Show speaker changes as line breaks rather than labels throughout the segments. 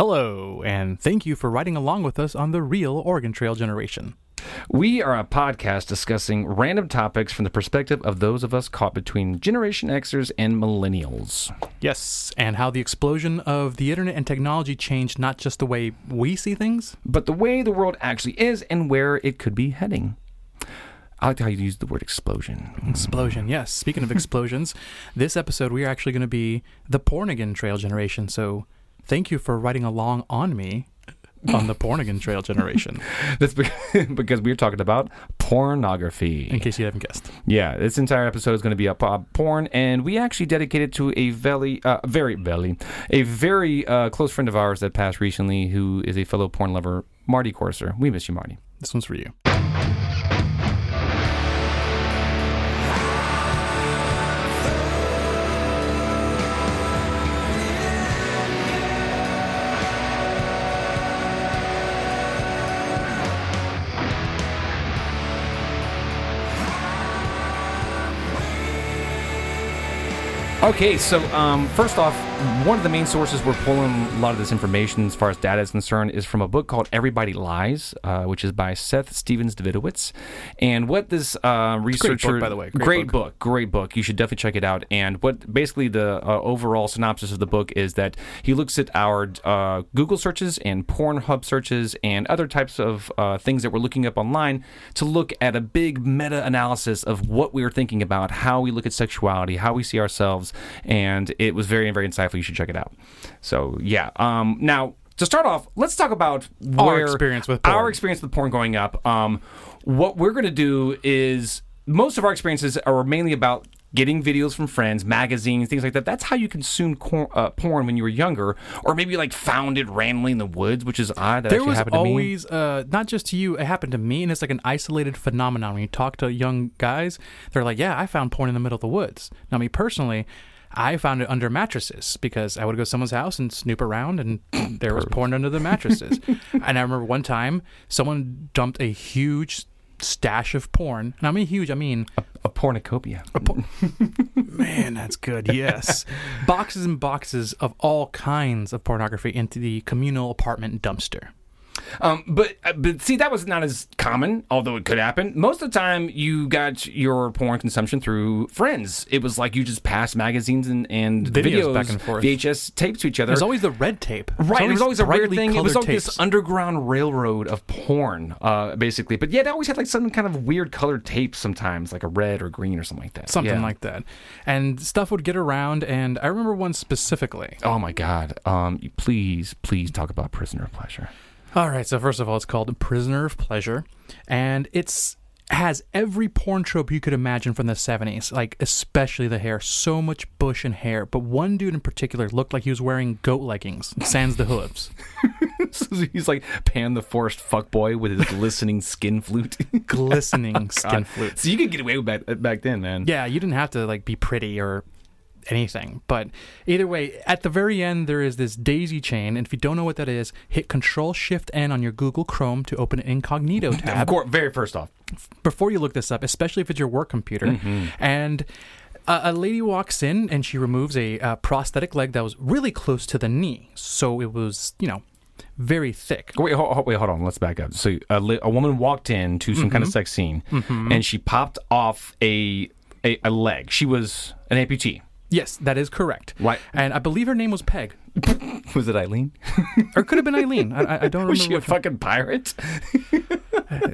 Hello, and thank you for riding along with us on the real Oregon Trail generation.
We are a podcast discussing random topics from the perspective of those of us caught between Generation Xers and Millennials.
Yes, and how the explosion of the internet and technology changed not just the way we see things.
But the way the world actually is and where it could be heading. I like how you use the word explosion.
Explosion, yes. Speaking of explosions, this episode we are actually going to be the Pornigan Trail generation. So thank you for riding along on me on the Pornigan Trail generation,
That's bec- because we're talking about
in
pornography.
case you haven't guessed.
Yeah, this entire episode is going to be about porn, and we actually dedicated to a very, uh, very, very, a very uh, close friend of ours that passed recently, who is a fellow porn lover, Marty Corser. We miss you, Marty.
This one's for you.
Okay, so um, first off, one of the main sources we're pulling a lot of this information as far as data is concerned is from a book called Everybody Lies, uh, which is by Seth Stevens Davidowitz. And what this uh,
book,
researcher,
by the way. Great
great, book. great book. You should definitely check it out. And what basically the uh, overall synopsis of the book is that he looks at our uh, Google searches and Pornhub searches and other types of uh, things that we're looking up online to look at a big meta analysis of what we were thinking about, how we look at sexuality, how we see ourselves, and it was very very insightful. You should check it out. So yeah, um, now. To start off, let's talk about
Our
where-
experience with
our
porn.
experience with porn going up. Um, what we're going to do is most of our experiences are mainly about getting videos from friends, magazines, things like that. That's how you consume cor- uh, porn when you were younger, or maybe you, like found it randomly in the woods, which is odd. That
There
actually
was
happened to me.
always, uh, not just to you, it happened to me, and it's like an isolated phenomenon. When you talk to young guys, they're like, "Yeah, I found porn in the middle of the woods." Now, me personally, I found it under mattresses because I would go to someone's house and snoop around, and there was porn under the mattresses. and I remember one time someone dumped a huge stash of porn, and I mean huge, I mean
A pornocopia.
Man, that's good. Yes. boxes and boxes of all kinds of pornography into the communal apartment dumpster.
Um, but uh, but see, that was not as common, although it could happen. Most of the time, you got your porn consumption through friends. It was like you just passed magazines and, and
Videos
videos
back and forth.
VHS tapes to each other.
There's always the red tape. There's
Right, it was always a weird
brightly
thing. It was
colored
like this
tapes.
underground railroad of porn, uh, basically. But yeah, they always had like some kind of weird colored tape sometimes, like a red or green or something like that.
something
Yeah.
like that. And stuff would get around, and I remember one specifically.
Oh my god! Um, you- please, please talk about prisoner of pleasure.
All right, so first of all, it's called Prisoner of Pleasure, and it's has every porn trope you could imagine from the 70s, like especially the hair, so much bush and hair, but one dude in particular looked like he was wearing goat leggings, sans the hooves.
He's like Pan the Forest fuckboy with his glistening skin flute.
glistening skin flute.
so you could get away with back back then, man.
Yeah, you didn't have to like be pretty or anything. But either way, at the very end there is this daisy chain, and if you don't know what that is, hit Control Shift N on your Google Chrome to open an incognito tab
Of course, very first off,
before you look this up, especially if it's your work computer.
Mm-hmm.
And a, a lady walks in and she removes a uh, prosthetic leg that was really close to the knee, so it was you know very thick.
Wait, hold, wait, hold on. Let's back up. So a, li- a woman walked in to some kind of sex scene, and she popped off a, a a leg. She was an amputee.
Yes, that is correct.
Why-
And I believe her name was Peg,
Was it Eileen?
or it could have been Eileen. I, I- I don't remember.
Was she a
which one.
fucking pirate?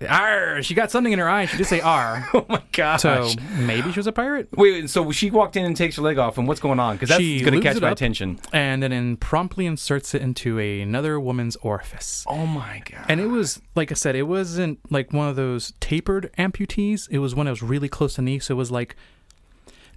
R. She got something in her eye. She did say R.
Oh my gosh!
So maybe she was a pirate.
Wait, wait, so she walked in and takes her leg off, and what's going on? Because that's
She
going to
lubes
catch
it
my
up.
attention.
And then in, promptly inserts it into another woman's orifice.
Oh my god!
And it was, like I said, it wasn't like one of those tapered amputees. It was one that was really close to the knee. So it was like,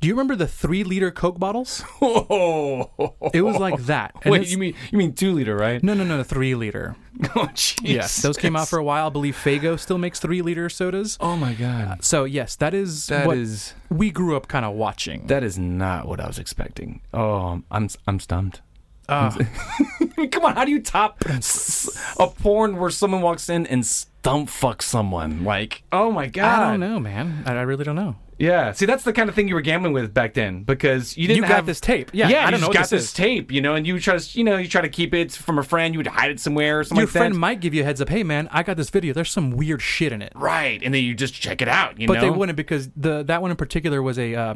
do you remember the three liter Coke bottles?
oh,
It was like that. And
wait,
it's-
you mean you mean two liter, right?
No, no, no, the three liter.
Oh jeez.
Yes. Those came out for a while. I believe Fago still makes three liter sodas.
Oh my god!
So, yes, that is
That is
what we grew up kind of watching.
that is not what I was expecting. Oh, I'm I'm stumped.
Uh,
I mean, come on, how do you top s- a porn where someone walks in and stump fuck someone? Like, oh my god,
I don't know, man. I, I really don't know.
Yeah. See, that's the kind of thing you were gambling with back then because you
You
didn't
got
have
this tape. Yeah, I don't
you
know
just
what
got
this
this
is.
tape, you know, and you try to, you know, you try to keep it from a friend. You would hide it somewhere or something
Your
like
friend
that.
might give you a heads up. Hey, man, I got this video. There's some weird shit in it.
right, and then you just check it out. You
But
know,
they wouldn't because the that one in particular was a uh,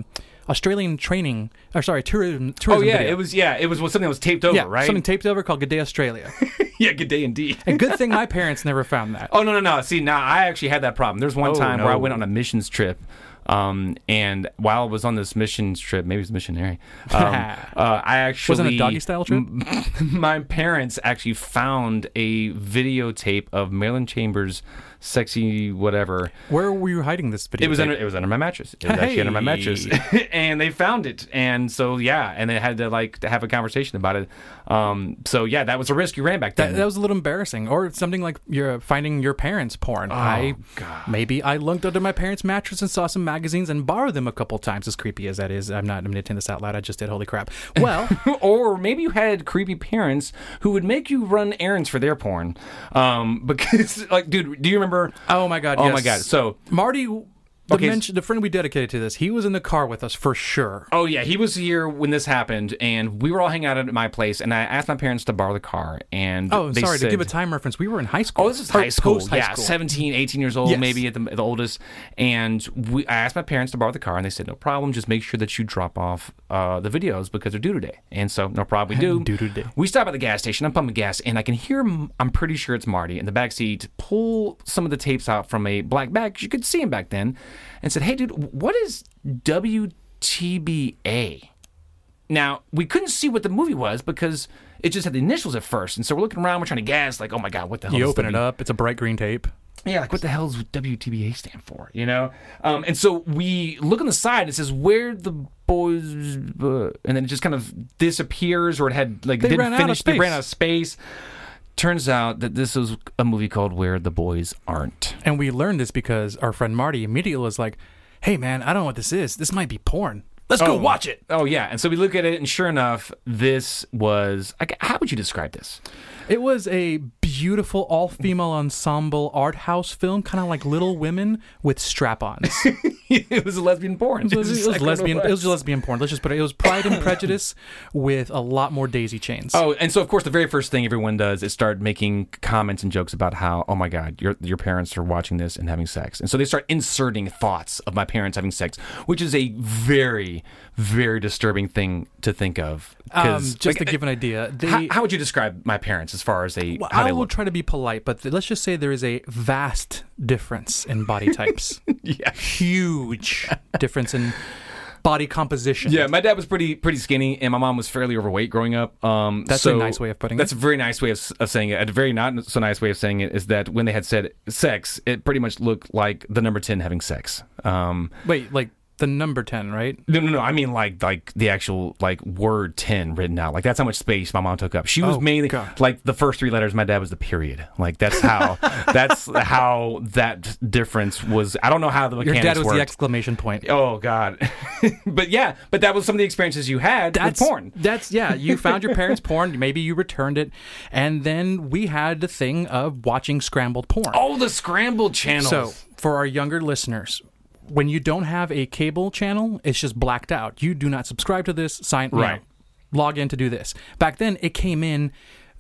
Australian training or sorry tourism
Oh
tourism
yeah,
video.
it was yeah, it was something that was taped over,
yeah
right?
something taped over called Good Day Australia.
yeah, good day indeed.
and good thing my parents never found that.
Oh no no no! See now I actually had that problem. There's one
Oh,
time where I
no.
went on a missions trip, um, and while I was on this missions trip, maybe it was missionary. Um, uh, I actually
Wasn't it a doggy style trip?
my parents actually found a videotape of Marilyn Chambers' "Sexy Whatever."
Where were you hiding this video?
It was under it was under my mattress. It was actually under my mattress, and they found it. And so yeah, and they had to like to have a conversation about it. Um, so yeah, that was a risk you ran back then.
that, that was a little embarrassing, or something like you're finding your parents'
Oh,
porn. I maybe I lunked under my parents' mattress and saw some magazines and borrowed them a couple times. As creepy as that is, I'm not. I'm gonna attend this out loud. I just did. Holy crap! Well,
or maybe you had creepy parents who would make you run errands for their porn. Um, because, like, dude, do you remember?
oh my god!
Oh
yes.
my God, so-
Marty, the,
Okay, s-
mention- the friend we dedicated to this, he was in the car with us for sure.
Oh yeah, he was here when this happened, and we were all hanging out at my place. And I asked my parents to borrow the car, and
Oh,
they
sorry
said-
to give a time reference. We were in high school.
Oh, this is
Or
high school.
post-high
Yeah,
school.
seventeen, eighteen 17, 18 years old,
Yes.
maybe at the, the oldest. And we, I asked my parents to borrow the car, and they said, no problem. Just make sure that you drop off uh, the videos because they're due today. And so, no problem. We do.
Due today.
We stop at the gas station. I'm pumping gas, and I can hear, M- I'm pretty sure it's Marty in the back seat, pull some of the tapes out from a black bag. 'cause You could see him back then. And said, hey, dude, what is WTBA? Now, we couldn't see what the movie was because it just had the initials at first. And so we're looking around, we're trying to guess, like, oh my God, what the hell
You
is
open
WTBA?
it up. It's a bright green tape.
Yeah, like what the hell does WTBA stand for? You know, um, and so we look on the side. and It says where the boys, uh, and then it just kind of disappears, or it had like
They
didn't
ran out of
finish. They ran
space.
out of space. Turns out that this was a movie called Where the Boys Aren't.
And we learned this because our friend Marty immediately was like, "Hey, man, I don't know what this is. This might be porn. Let's go watch it."
Oh yeah, and so we look at it, and sure enough, this was. Like, how would you describe this?
It was a beautiful all-female ensemble art house film, kind of like Little Women with strap-ons. It
it was a lesbian porn.
was, it was
Exactly what
lesbian. It was lesbian porn. Let's just put it. It was Pride and Prejudice with a lot more daisy chains.
Oh, and so of course the very first thing everyone does is start making comments and jokes about how, oh my God, your your parents are watching this and having sex, and so they start inserting thoughts of my parents having sex, which is a very, very disturbing thing to think of.
um,
'Cause,
just to give an idea, they,
how, how would you describe my parents as far as they
Well,
how
I
they
will
look?
try to be polite, but th- let's just say there is a vast difference in body types.
Yeah.
Huge difference in body composition.
Yeah, my dad was pretty pretty skinny, and my mom was fairly overweight growing up. Um,
That's
so
a nice way of putting
That's
it.
a very nice way of, s- of saying it. A very not so nice way of saying it is that when they had said sex, it pretty much looked like the number ten having sex. Um,
Wait, like the number 10, right?
No, no, no. I mean like like the actual like word ten written out. Like that's how much space my mom took up. She was
Oh,
mainly
God.
like the first three letters. My dad was the period. Like that's how that's how that difference was. I don't know how the
Your
mechanics
dad was the
worked.
exclamation point.
oh God, but yeah, but that was some of the experiences you had
That's
with porn.
That's yeah. You found your parents' porn. Maybe you returned it, and then we had the thing of watching scrambled porn.
Oh, the scramble channels.
So, for our younger listeners, when you don't have a cable channel, it's just blacked out. You do not subscribe to this. Sign you know,
Right.
log in to do this. Back then, it came in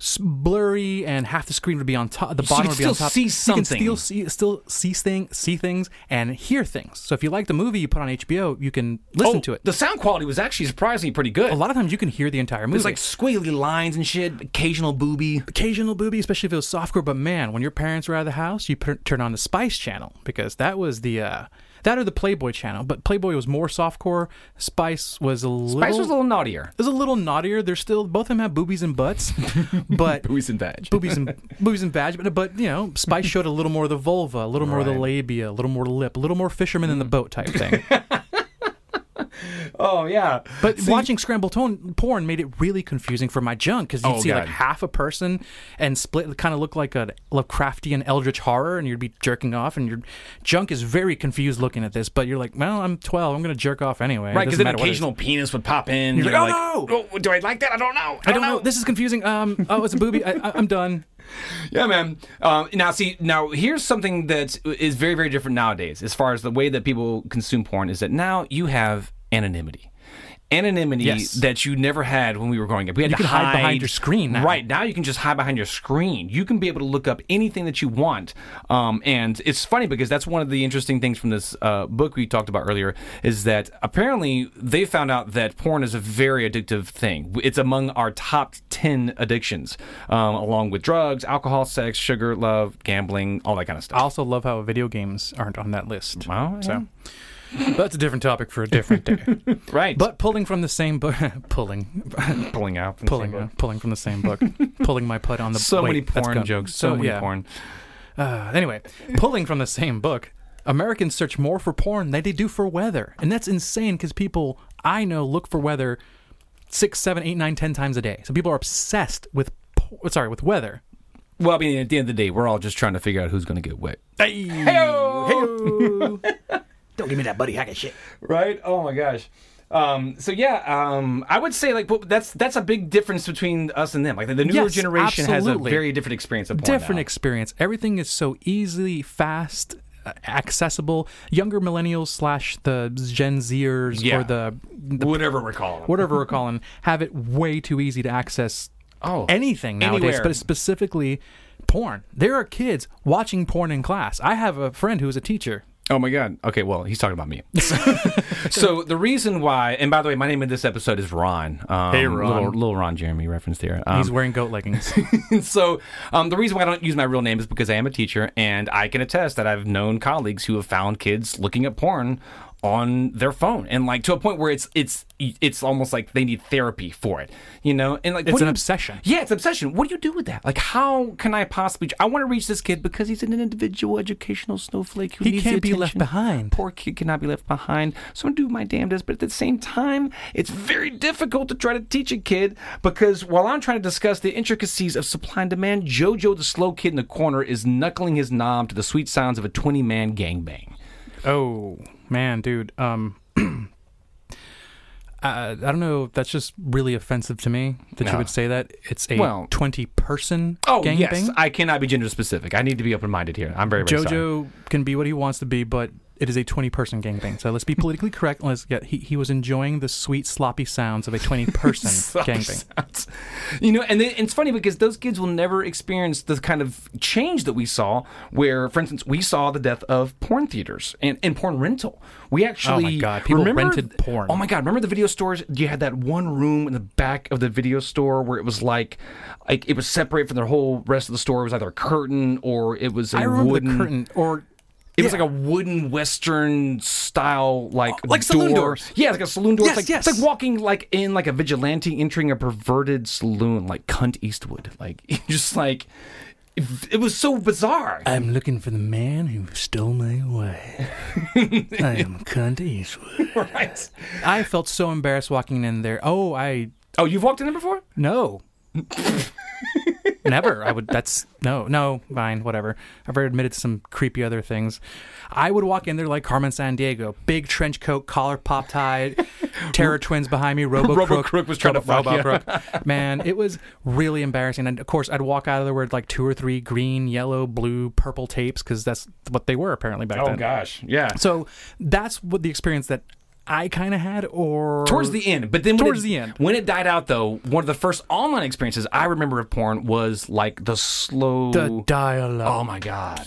s- blurry, and half the screen would be on top. The bottom
could
would be on
still
top.
see something.
You can still see, still see thing, see things, and hear things. So, if you like the movie you put on HBO, you can listen
Oh,
to it.
The sound quality was actually surprisingly pretty good.
a lot of times, you can hear the entire movie.
It's like squiggly lines and shit. Occasional booby.
occasional booby, especially if it was softcore. But man, when your parents were out of the house, you pur- turn on the Spice Channel because that was the uh, that or the Playboy Channel. But Playboy was more softcore. Spice was a little.
Price was a little naughtier.
is a little naughtier. They're still both of them have boobies and butts, but
Who's in that?
boobies and boobies and badge. But, but you know, Spice showed a little more of the vulva, a little more of the
Right. Hmm.
labia, a little more lip, a little more fisherman in the boat type thing.
Oh yeah,
But watching scrambled ton- porn made it really confusing for my junk because you'd
Oh,
see like
God.
half a person and split kind of look like a Lovecraftian eldritch horror, and you'd be jerking off, and your junk is very confused looking at this. But you're like, well, I'm 12, I'm gonna jerk off anyway. It
right because
doesn't
then
matter what it is."
occasional penis would pop in.
You're like, "Oh,
no! do I like that? I don't know.
I don't know. This is confusing. Um, oh, it's a booby. I, I- I'm done.
Yeah, man. Um, now, see, now here's something that is very, very different nowadays as far as the way that people consume porn is that now you have anonymity. Anonymity
Yes.
that you never had when we were growing up. We had
You
to
can hide behind your screen now.
Right now, you can just hide behind your screen. You can be able to look up anything that you want. Um, and it's funny because that's one of the interesting things from this uh, book we talked about earlier is that apparently they found out that porn is a very addictive thing. It's among our top ten addictions, um, along with drugs, alcohol, sex, sugar, love, gambling, all that kind of
I
stuff.
also love how video games aren't on that list.
Wow, yeah.
So that's a different topic for a different day.
Right,
but pulling from the same book, pulling,
pulling out, from the
pulling,
same book.
uh, pulling from the same book, pulling my putt on the.
So
wait,
many
that's
porn
gone.
jokes. So, many
yeah.
porn.
Uh, anyway, pulling from the same book, Americans search more for porn than they do for weather, and that's insane because people I know look for weather six, seven, eight, nine, ten times a day. So people are obsessed with, po- sorry, with weather.
Well, I mean, at the end of the day, we're all just trying to figure out who's going to get wet.
Don't give me that buddy hacker shit.
right? Oh my gosh. Um, so yeah, um, I would say like but that's that's a big difference between us and them. Like the, the newer
Yes,
generation has a
absolutely.
very different experience of porn
different
now.
experience. Everything is so easily fast, uh, accessible. Younger millennials slash the Gen Zers
Yeah.
or the, the
whatever we're calling. Them.
whatever we're calling have it way too easy to access
Oh,
anything nowadays,
anywhere.
but specifically porn. There are kids watching porn in class. I have a friend who is a teacher.
Oh my god. Okay, well, he's talking about me. so the reason why, and by the way, my name in this episode is Ron. Um,
Hey, Ron.
little, little Ron Jeremy reference there. Um,
He's wearing goat leggings.
so um, the reason why I don't use my real name is because I am a teacher, and I can attest that I've known colleagues who have found kids looking at porn on their phone, and like to a point where it's it's it's almost like they need therapy for it, you know. And like
It's
what
an
do you-
obsession.
Yeah, it's obsession. What do you do with that? Like, how can I possibly? I want to reach this kid because he's an individual educational snowflake who
He
needs the
can't be left
attention.
behind.
Poor kid cannot be left behind. So I'm doing my damnedest, but at the same time, it's very difficult to try to teach a kid because while I'm trying to discuss the intricacies of supply and demand, JoJo, the slow kid in the corner, is knuckling his knob to the sweet sounds of a 20 man gangbang.
oh man, dude. Um, uh, I, I don't know. That's just really offensive to me that
No.
you would say that. It's a
Well-
twenty-person
Oh
gangbang.
yes, I cannot be gender specific. I need to be open minded here. I'm very, very
JoJo
sorry.
can be what he wants to be, but it is a 20 person gangbang. So let's be politically correct. Let's get, he, he was enjoying the sweet, sloppy sounds of a 20 person gangbang.
Sounds- You know, and, then, and it's funny because those kids will never experience the kind of change that we saw. Where, for instance, we saw the death of porn theaters and, and porn rental. We actually
Oh God, people
remember-
rented porn.
Oh my god, remember the video stores? You had that one room in the back of the video store where it was like, like it was separate from the whole rest of the store. It was either a curtain or it was a
I remember
wooden
the curtain, or
it was like a wooden Western style, like
like saloon
door.
doors.
Yeah, like a saloon door.
Yes,
it's like,
yes.
It's like walking like in like a vigilante entering a perverted saloon, like cunt Eastwood. Like just like it, it was so bizarre.
I'm looking for the man who stole my wife. I am cunt Eastwood.
right?
I felt so embarrassed walking in there. Oh, I.
Oh, you've walked in there before?
No. Never. I would. That's no, no, fine, whatever. I've already admitted to some creepy other things. I would walk in there like Carmen San Diego, big trench coat, collar pop tie, Terror Twins behind me, Robo
Robo
Crook,
Crook was trying to fuck you.
Man, it was really embarrassing. And of course, I'd walk out of there with like two or three green, yellow, blue, purple tapes because that's what they were apparently
Oh,
back then.
gosh, yeah.
So that's what the experience that I kind of had, or
Towards the end, but then when
Towards
it-
the end.
when it died out, though, one of the first online experiences I remember of porn was like the slow.
the dialogue.
oh my god!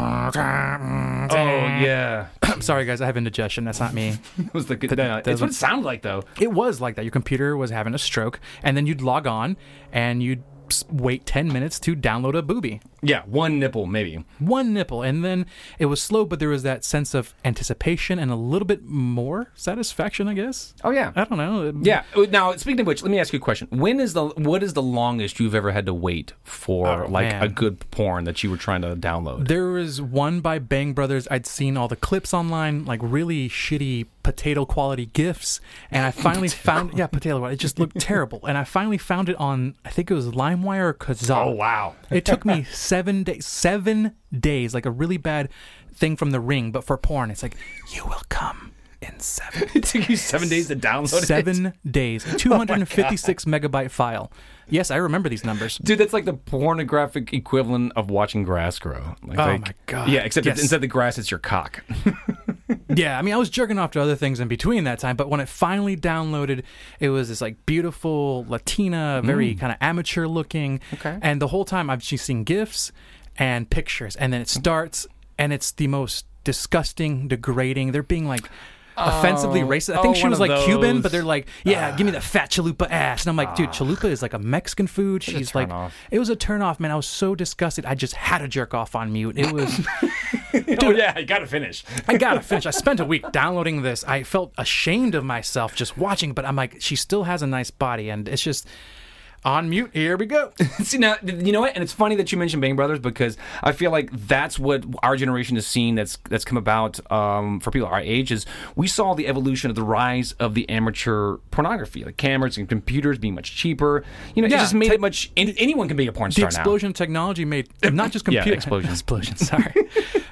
I'm
Oh yeah,
sorry, guys. I have indigestion. That's not me.
it was the. That's what it sounded like, though.
It was like that. Your computer was having a stroke, and then you'd log on and you'd s- wait 10 minutes to download a booby.
Yeah, one nipple maybe.
One nipple. And then it was slow, but there was that sense of anticipation and a little bit more satisfaction, I guess.
Oh yeah.
I don't know.
yeah. uh, Now, speaking of which, let me ask you a question. When is the what is the longest you've ever had to wait for
Oh,
like
man.
a good porn that you were trying to download?
There was one by Bang Brothers. I'd seen all the clips online, like really shitty potato quality gifts, and I finally found yeah potato. quality. It just looked terrible, and I finally found it on I think it was LimeWire or Kazaa.
Oh, wow.
It took me seven days. Seven days, like a really bad thing from The Ring, but for porn. It's like you will come in seven
it took you seven days to download it.
seven days, 256 megabyte file. Yes, I remember these numbers.
Dude, that's like the pornographic equivalent of watching grass grow. Like,
Oh,
like-
my God.
Yeah, except
Yes.
it's, instead of the grass, it's your cock.
Yeah, I mean, I was jerking off to other things in between that time, but when it finally downloaded, it was this like beautiful Latina, very kind of amateur looking.
Mm. Okay.
And the whole time I've just seen gifs and pictures, and then
Mm-hmm.
it starts, and it's the most disgusting, degrading. They're being like. Offensively racist. I think
oh,
she
one
was
of
like Cuban,
those. Ah.
but they're like, yeah, give me the fat chalupa ass. And I'm like, dude, chalupa is like a Mexican food. She's like,
turn-off.
it was a turnoff, man. I was so disgusted. I just had to jerk off on mute. It was.
oh, yeah, you got to finish.
I gotta finish. I spent a week downloading this. I felt ashamed of myself just watching, but I'm like, she still has a nice body, and it's just on mute. Here we go.
See now, th- you know what? And it's funny that you mentioned Bang Brothers because I feel like that's what our generation is seeing. That's that's come about um, for people our age is we saw the evolution of the rise of the amateur pornography, like cameras and computers being much cheaper. You know,
Yeah,
it just made
te-
it much. Any, anyone can be a porn
The
star
explosion of technology made not just
Yeah,
computers.
explosion.
explosion. Sorry,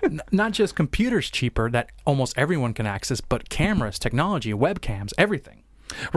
N- not just computers cheaper that almost everyone can access, but cameras, technology, webcams, everything.
now,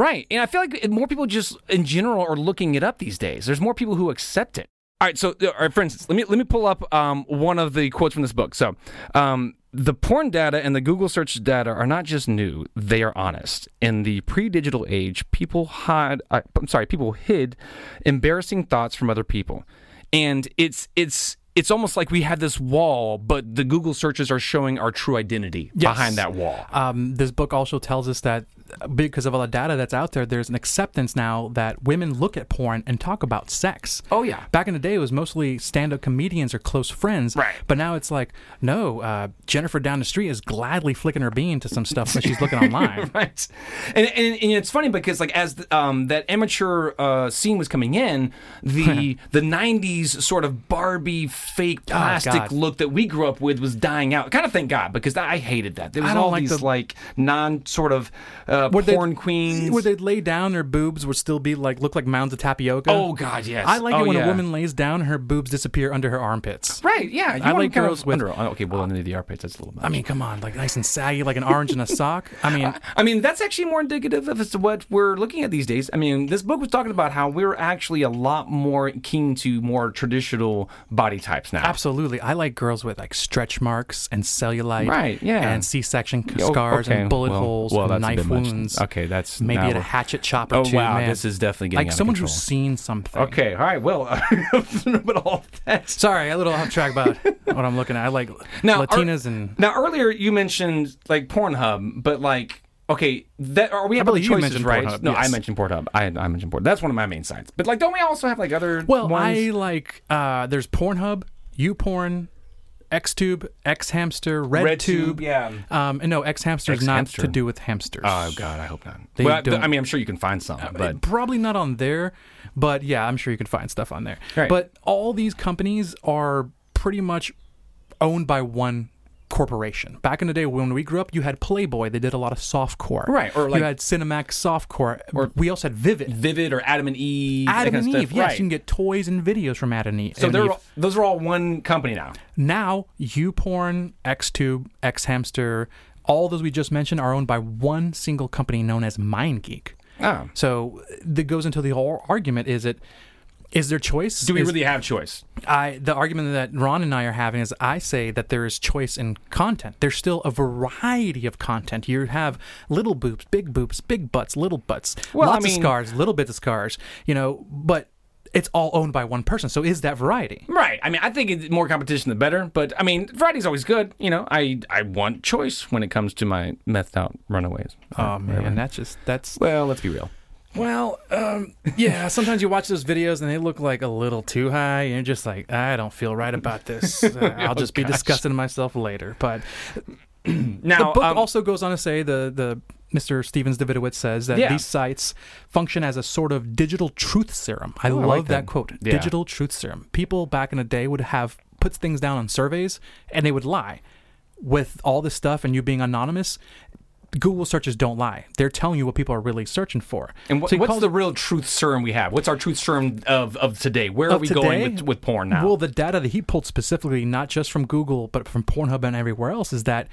right? And I feel like more people just in general are looking it up these days. There's more people who accept it. All right, so uh, all right, for instance, let me let me pull up um, one of the quotes from this book. So. Um, the porn data and the Google search data are not just new; they are honest. In the pre-digital age, people hide. Uh, I'm sorry, people hid embarrassing thoughts from other people, and it's it's it's almost like we had this wall, but the Google searches are showing our true identity behind that wall.
Um, this book also tells us that uh, because of all the data that's out there, there's an acceptance now that women look at porn and talk about sex.
Oh, yeah.
Back in the day, it was mostly stand-up comedians or close friends.
Right.
But now it's like, no, uh, Jennifer down the street is gladly flicking her bean to some stuff when she's looking online.
right and, and and it's funny because like as the, um that amateur uh scene was coming in the the 90s sort of barbie fake plastic
Oh, God.
look that we grew up with was dying out kind of thank god because i hated that there was
I don't
all
like
these
the-
like non sort of uh
Where they'd-
porn queens
Where they'd lay down, their boobs would still be like look like mounds of tapioca.
oh god yes
I like
Oh,
it when
yeah.
a woman lays down, her boobs disappear under her armpits.
right yeah you
I
want
like
to kind
girls
of
with-
under, oh, okay well under the armpits that's a little much.
I mean, come on, like nice and saggy, like an orange in a sock. I mean,
I mean, that's actually more indicative of as to what we're looking at these days. I mean, this book was talking about how we're actually a lot more keen to more traditional body types now.
Absolutely. I like girls with like stretch marks and cellulite.
Right, yeah.
And C section
Oh,
scars
okay.
and bullet
Well-
holes and
well, that's a
knife
bit much.
wounds.
Okay, that's
Maybe
now
at a
we're-
hatchet chop or
Oh,
two.
wow,
man.
this is definitely getting
Like
out of
someone who's
control.
seen something.
Okay, all right. Well, but all that.
Sorry, a little off track about what I'm looking at. I like
Now,
Latinas
are-
and
now earlier you mentioned like Pornhub, but like okay, that are we have other
believe you
choices,
mentioned
right?
Pornhub,
no, I
yes.
mentioned Pornhub. I, I mentioned Pornhub. That's one of my main sites. But like, don't we also have like other
well,
ones?
I like uh there's Pornhub, YouPorn, XTube, XHamster, RedTube.
RedTube, yeah.
Um and no, XHamster Ah, is not
XHamster.
to do with hamsters.
Oh God, I hope not.
They
well, I-
don't- Uh,
I mean, I'm sure you can find some, but
probably not on there, but yeah, I'm sure you can find stuff on there.
Right.
But all these companies are pretty much owned by one corporation. Back in the day when we grew up, you had Playboy, they did a lot of softcore.
Right, or like-
you had Cinemax softcore. Or we also had Vivid.
Vivid or Adam and Eve, that
Adam
kind
and
of
Eve,
stuff.
yes,
right.
you can get toys and videos from Adam and Eve.
so
and
they're
Eve.
all, those are all one company now.
now YouPorn, XTube, XHamster, all those we just mentioned are owned by one single company known as MindGeek.
Oh.
So that goes into the whole argument: is it is there choice?
Do we
Is-
really have choice?
I the argument that Ron and I are having is I say that there is choice in content. There's still a variety of content. You have little boobs, big boobs, big butts, little butts,
Well, I
lots
mean-
of scars, little bits of scars. You know, but it's all owned by one person. So is that variety?
Right. I mean, I think it's more competition the better, but I mean, variety's always good. You know, I I want choice when it comes to my methed out runaways.
Oh man, that's just that's
Well, let's be real.
Well, um, yeah, sometimes you watch those videos and they look like a little too high, and you're just like, I don't feel right about this. Uh, I'll just be disgusted in myself later. But the
Now,
book
um,
also goes on to say the the Mr. Stevens Davidowitz says that
Yeah.
these sites function as a sort of digital truth serum. I love
Oh, like
that.
that.
quote.
Yeah.
Digital truth serum. People back in the day would have put things down on surveys and they would lie. With all this stuff and you being anonymous, Google searches don't lie. They're telling you what people are really searching for.
And what,
So he
what's
calls
the real truth serum we have? What's our truth serum of, of today? Where are
of
we
today,
going with, with porn now?
Well, the data that he pulled specifically, not just from Google, but from Pornhub and everywhere else, is that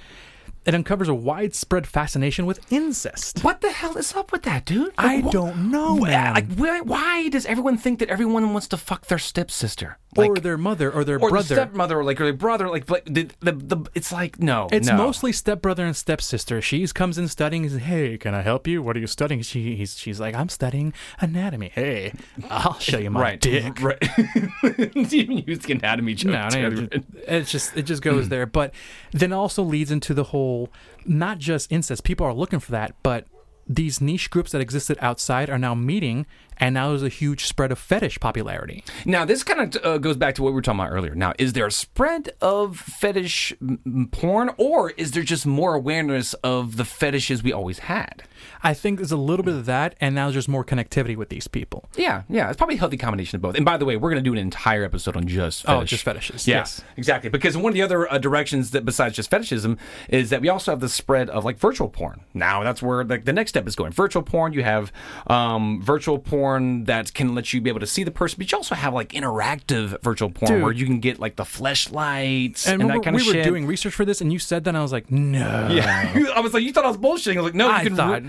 it uncovers a widespread fascination with incest.
what the hell is up with that, dude?
I
Like, wha-
don't know,
wha-
man.
Like, why, why does everyone think that everyone wants to fuck their stepsister?
or
Like,
their mother or their
or
brother.
the stepmother, or like, or their brother, like, like the, the, the, it's like, no.
It's
no.
mostly stepbrother and stepsister. She comes in studying. He's, hey, can I help you? What are you studying? She, he's, she's like, I'm studying anatomy. Hey, I'll show you my
right.
dick.
Right. Even use the anatomy joke.
No, no,
too.
it- it's just it just goes there. But then also leads into the whole not just incest. People are looking for that, but these niche groups that existed outside are now meeting, and now there's a huge spread of fetish popularity.
Now, this kind of uh, goes back to what we were talking about earlier. Now, is there a spread of fetish m- m- porn, or is there just more awareness of the fetishes we always had?
I think there's a little bit of that, and now there's just more connectivity with these people.
Yeah, yeah, it's probably a healthy combination of both. And by the way, we're going to do an entire episode on just
Oh,
fetish.
just fetishes,
Yeah,
yes.
exactly. Because one of the other uh, directions that besides just fetishism is that we also have the spread of like virtual porn. Now that's where like the next step is going. Virtual porn, you have um, virtual porn that can let you be able to see the person, but you also have like interactive virtual porn
Dude.
where you can get like the fleshlights and,
And, when
that kind
we
of
were
shit.
doing research for this, and you said that, and I was like, no.
yeah, I was like, you thought I was bullshitting. I was like, no, you
I
can
thought-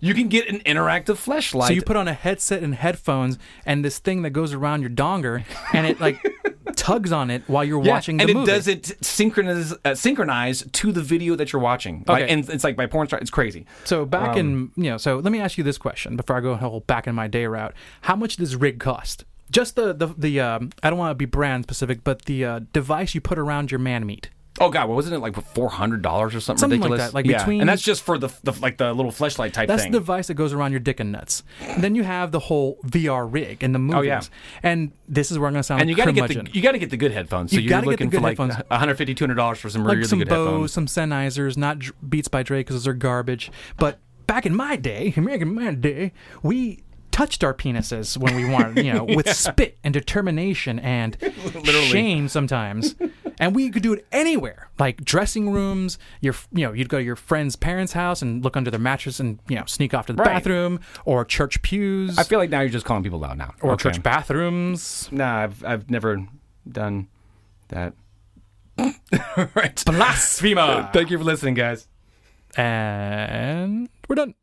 you can get an interactive fleshlight.
So you put on a headset and headphones, and this thing that goes around your donger, and it like tugs on it while you're
Yeah,
watching the
and it
movie.
does it synchronize uh, synchronize to the video that you're watching Like,
Okay.
and it's like by porn star it's crazy
So back
Um,
in you know, so let me ask you this question before I go whole back in my day route. How much does this rig cost? Just the the, the um, I don't want to be brand specific, but the uh, device you put around your man meat.
oh god well, wasn't it like four hundred dollars or something,
Something like
ridiculous
that, like
yeah.
between-
and that's just for the, the like the little fleshlight type
That's
thing
the device that goes around your dick and nuts. And then you have the whole VR rig and the movies.
Oh, yeah.
And this is where I'm going to sound
and you gotta get the
curmudgeon.
you gotta get the good headphones so
You
you are
gotta get the
looking
good
for like
headphones.
150 200 dollars for some
like
really
some
good
Bose,
headphones
some Sennheisers, not Dr- Beats by Dre because those are garbage. But back in my day, back in my day, we touched our penises when we wanted, you know, with spit and determination and shame sometimes. and we could do it anywhere, like dressing rooms. Your, you know, you'd go to your friend's parents' house and look under their mattress and you know sneak off to the
Right.
bathroom or church pews
I feel like now you're just calling people out now
or
Okay.
church bathrooms.
nah I've I've never done that right
Blasphemer.
thank you for listening guys.
and we're done.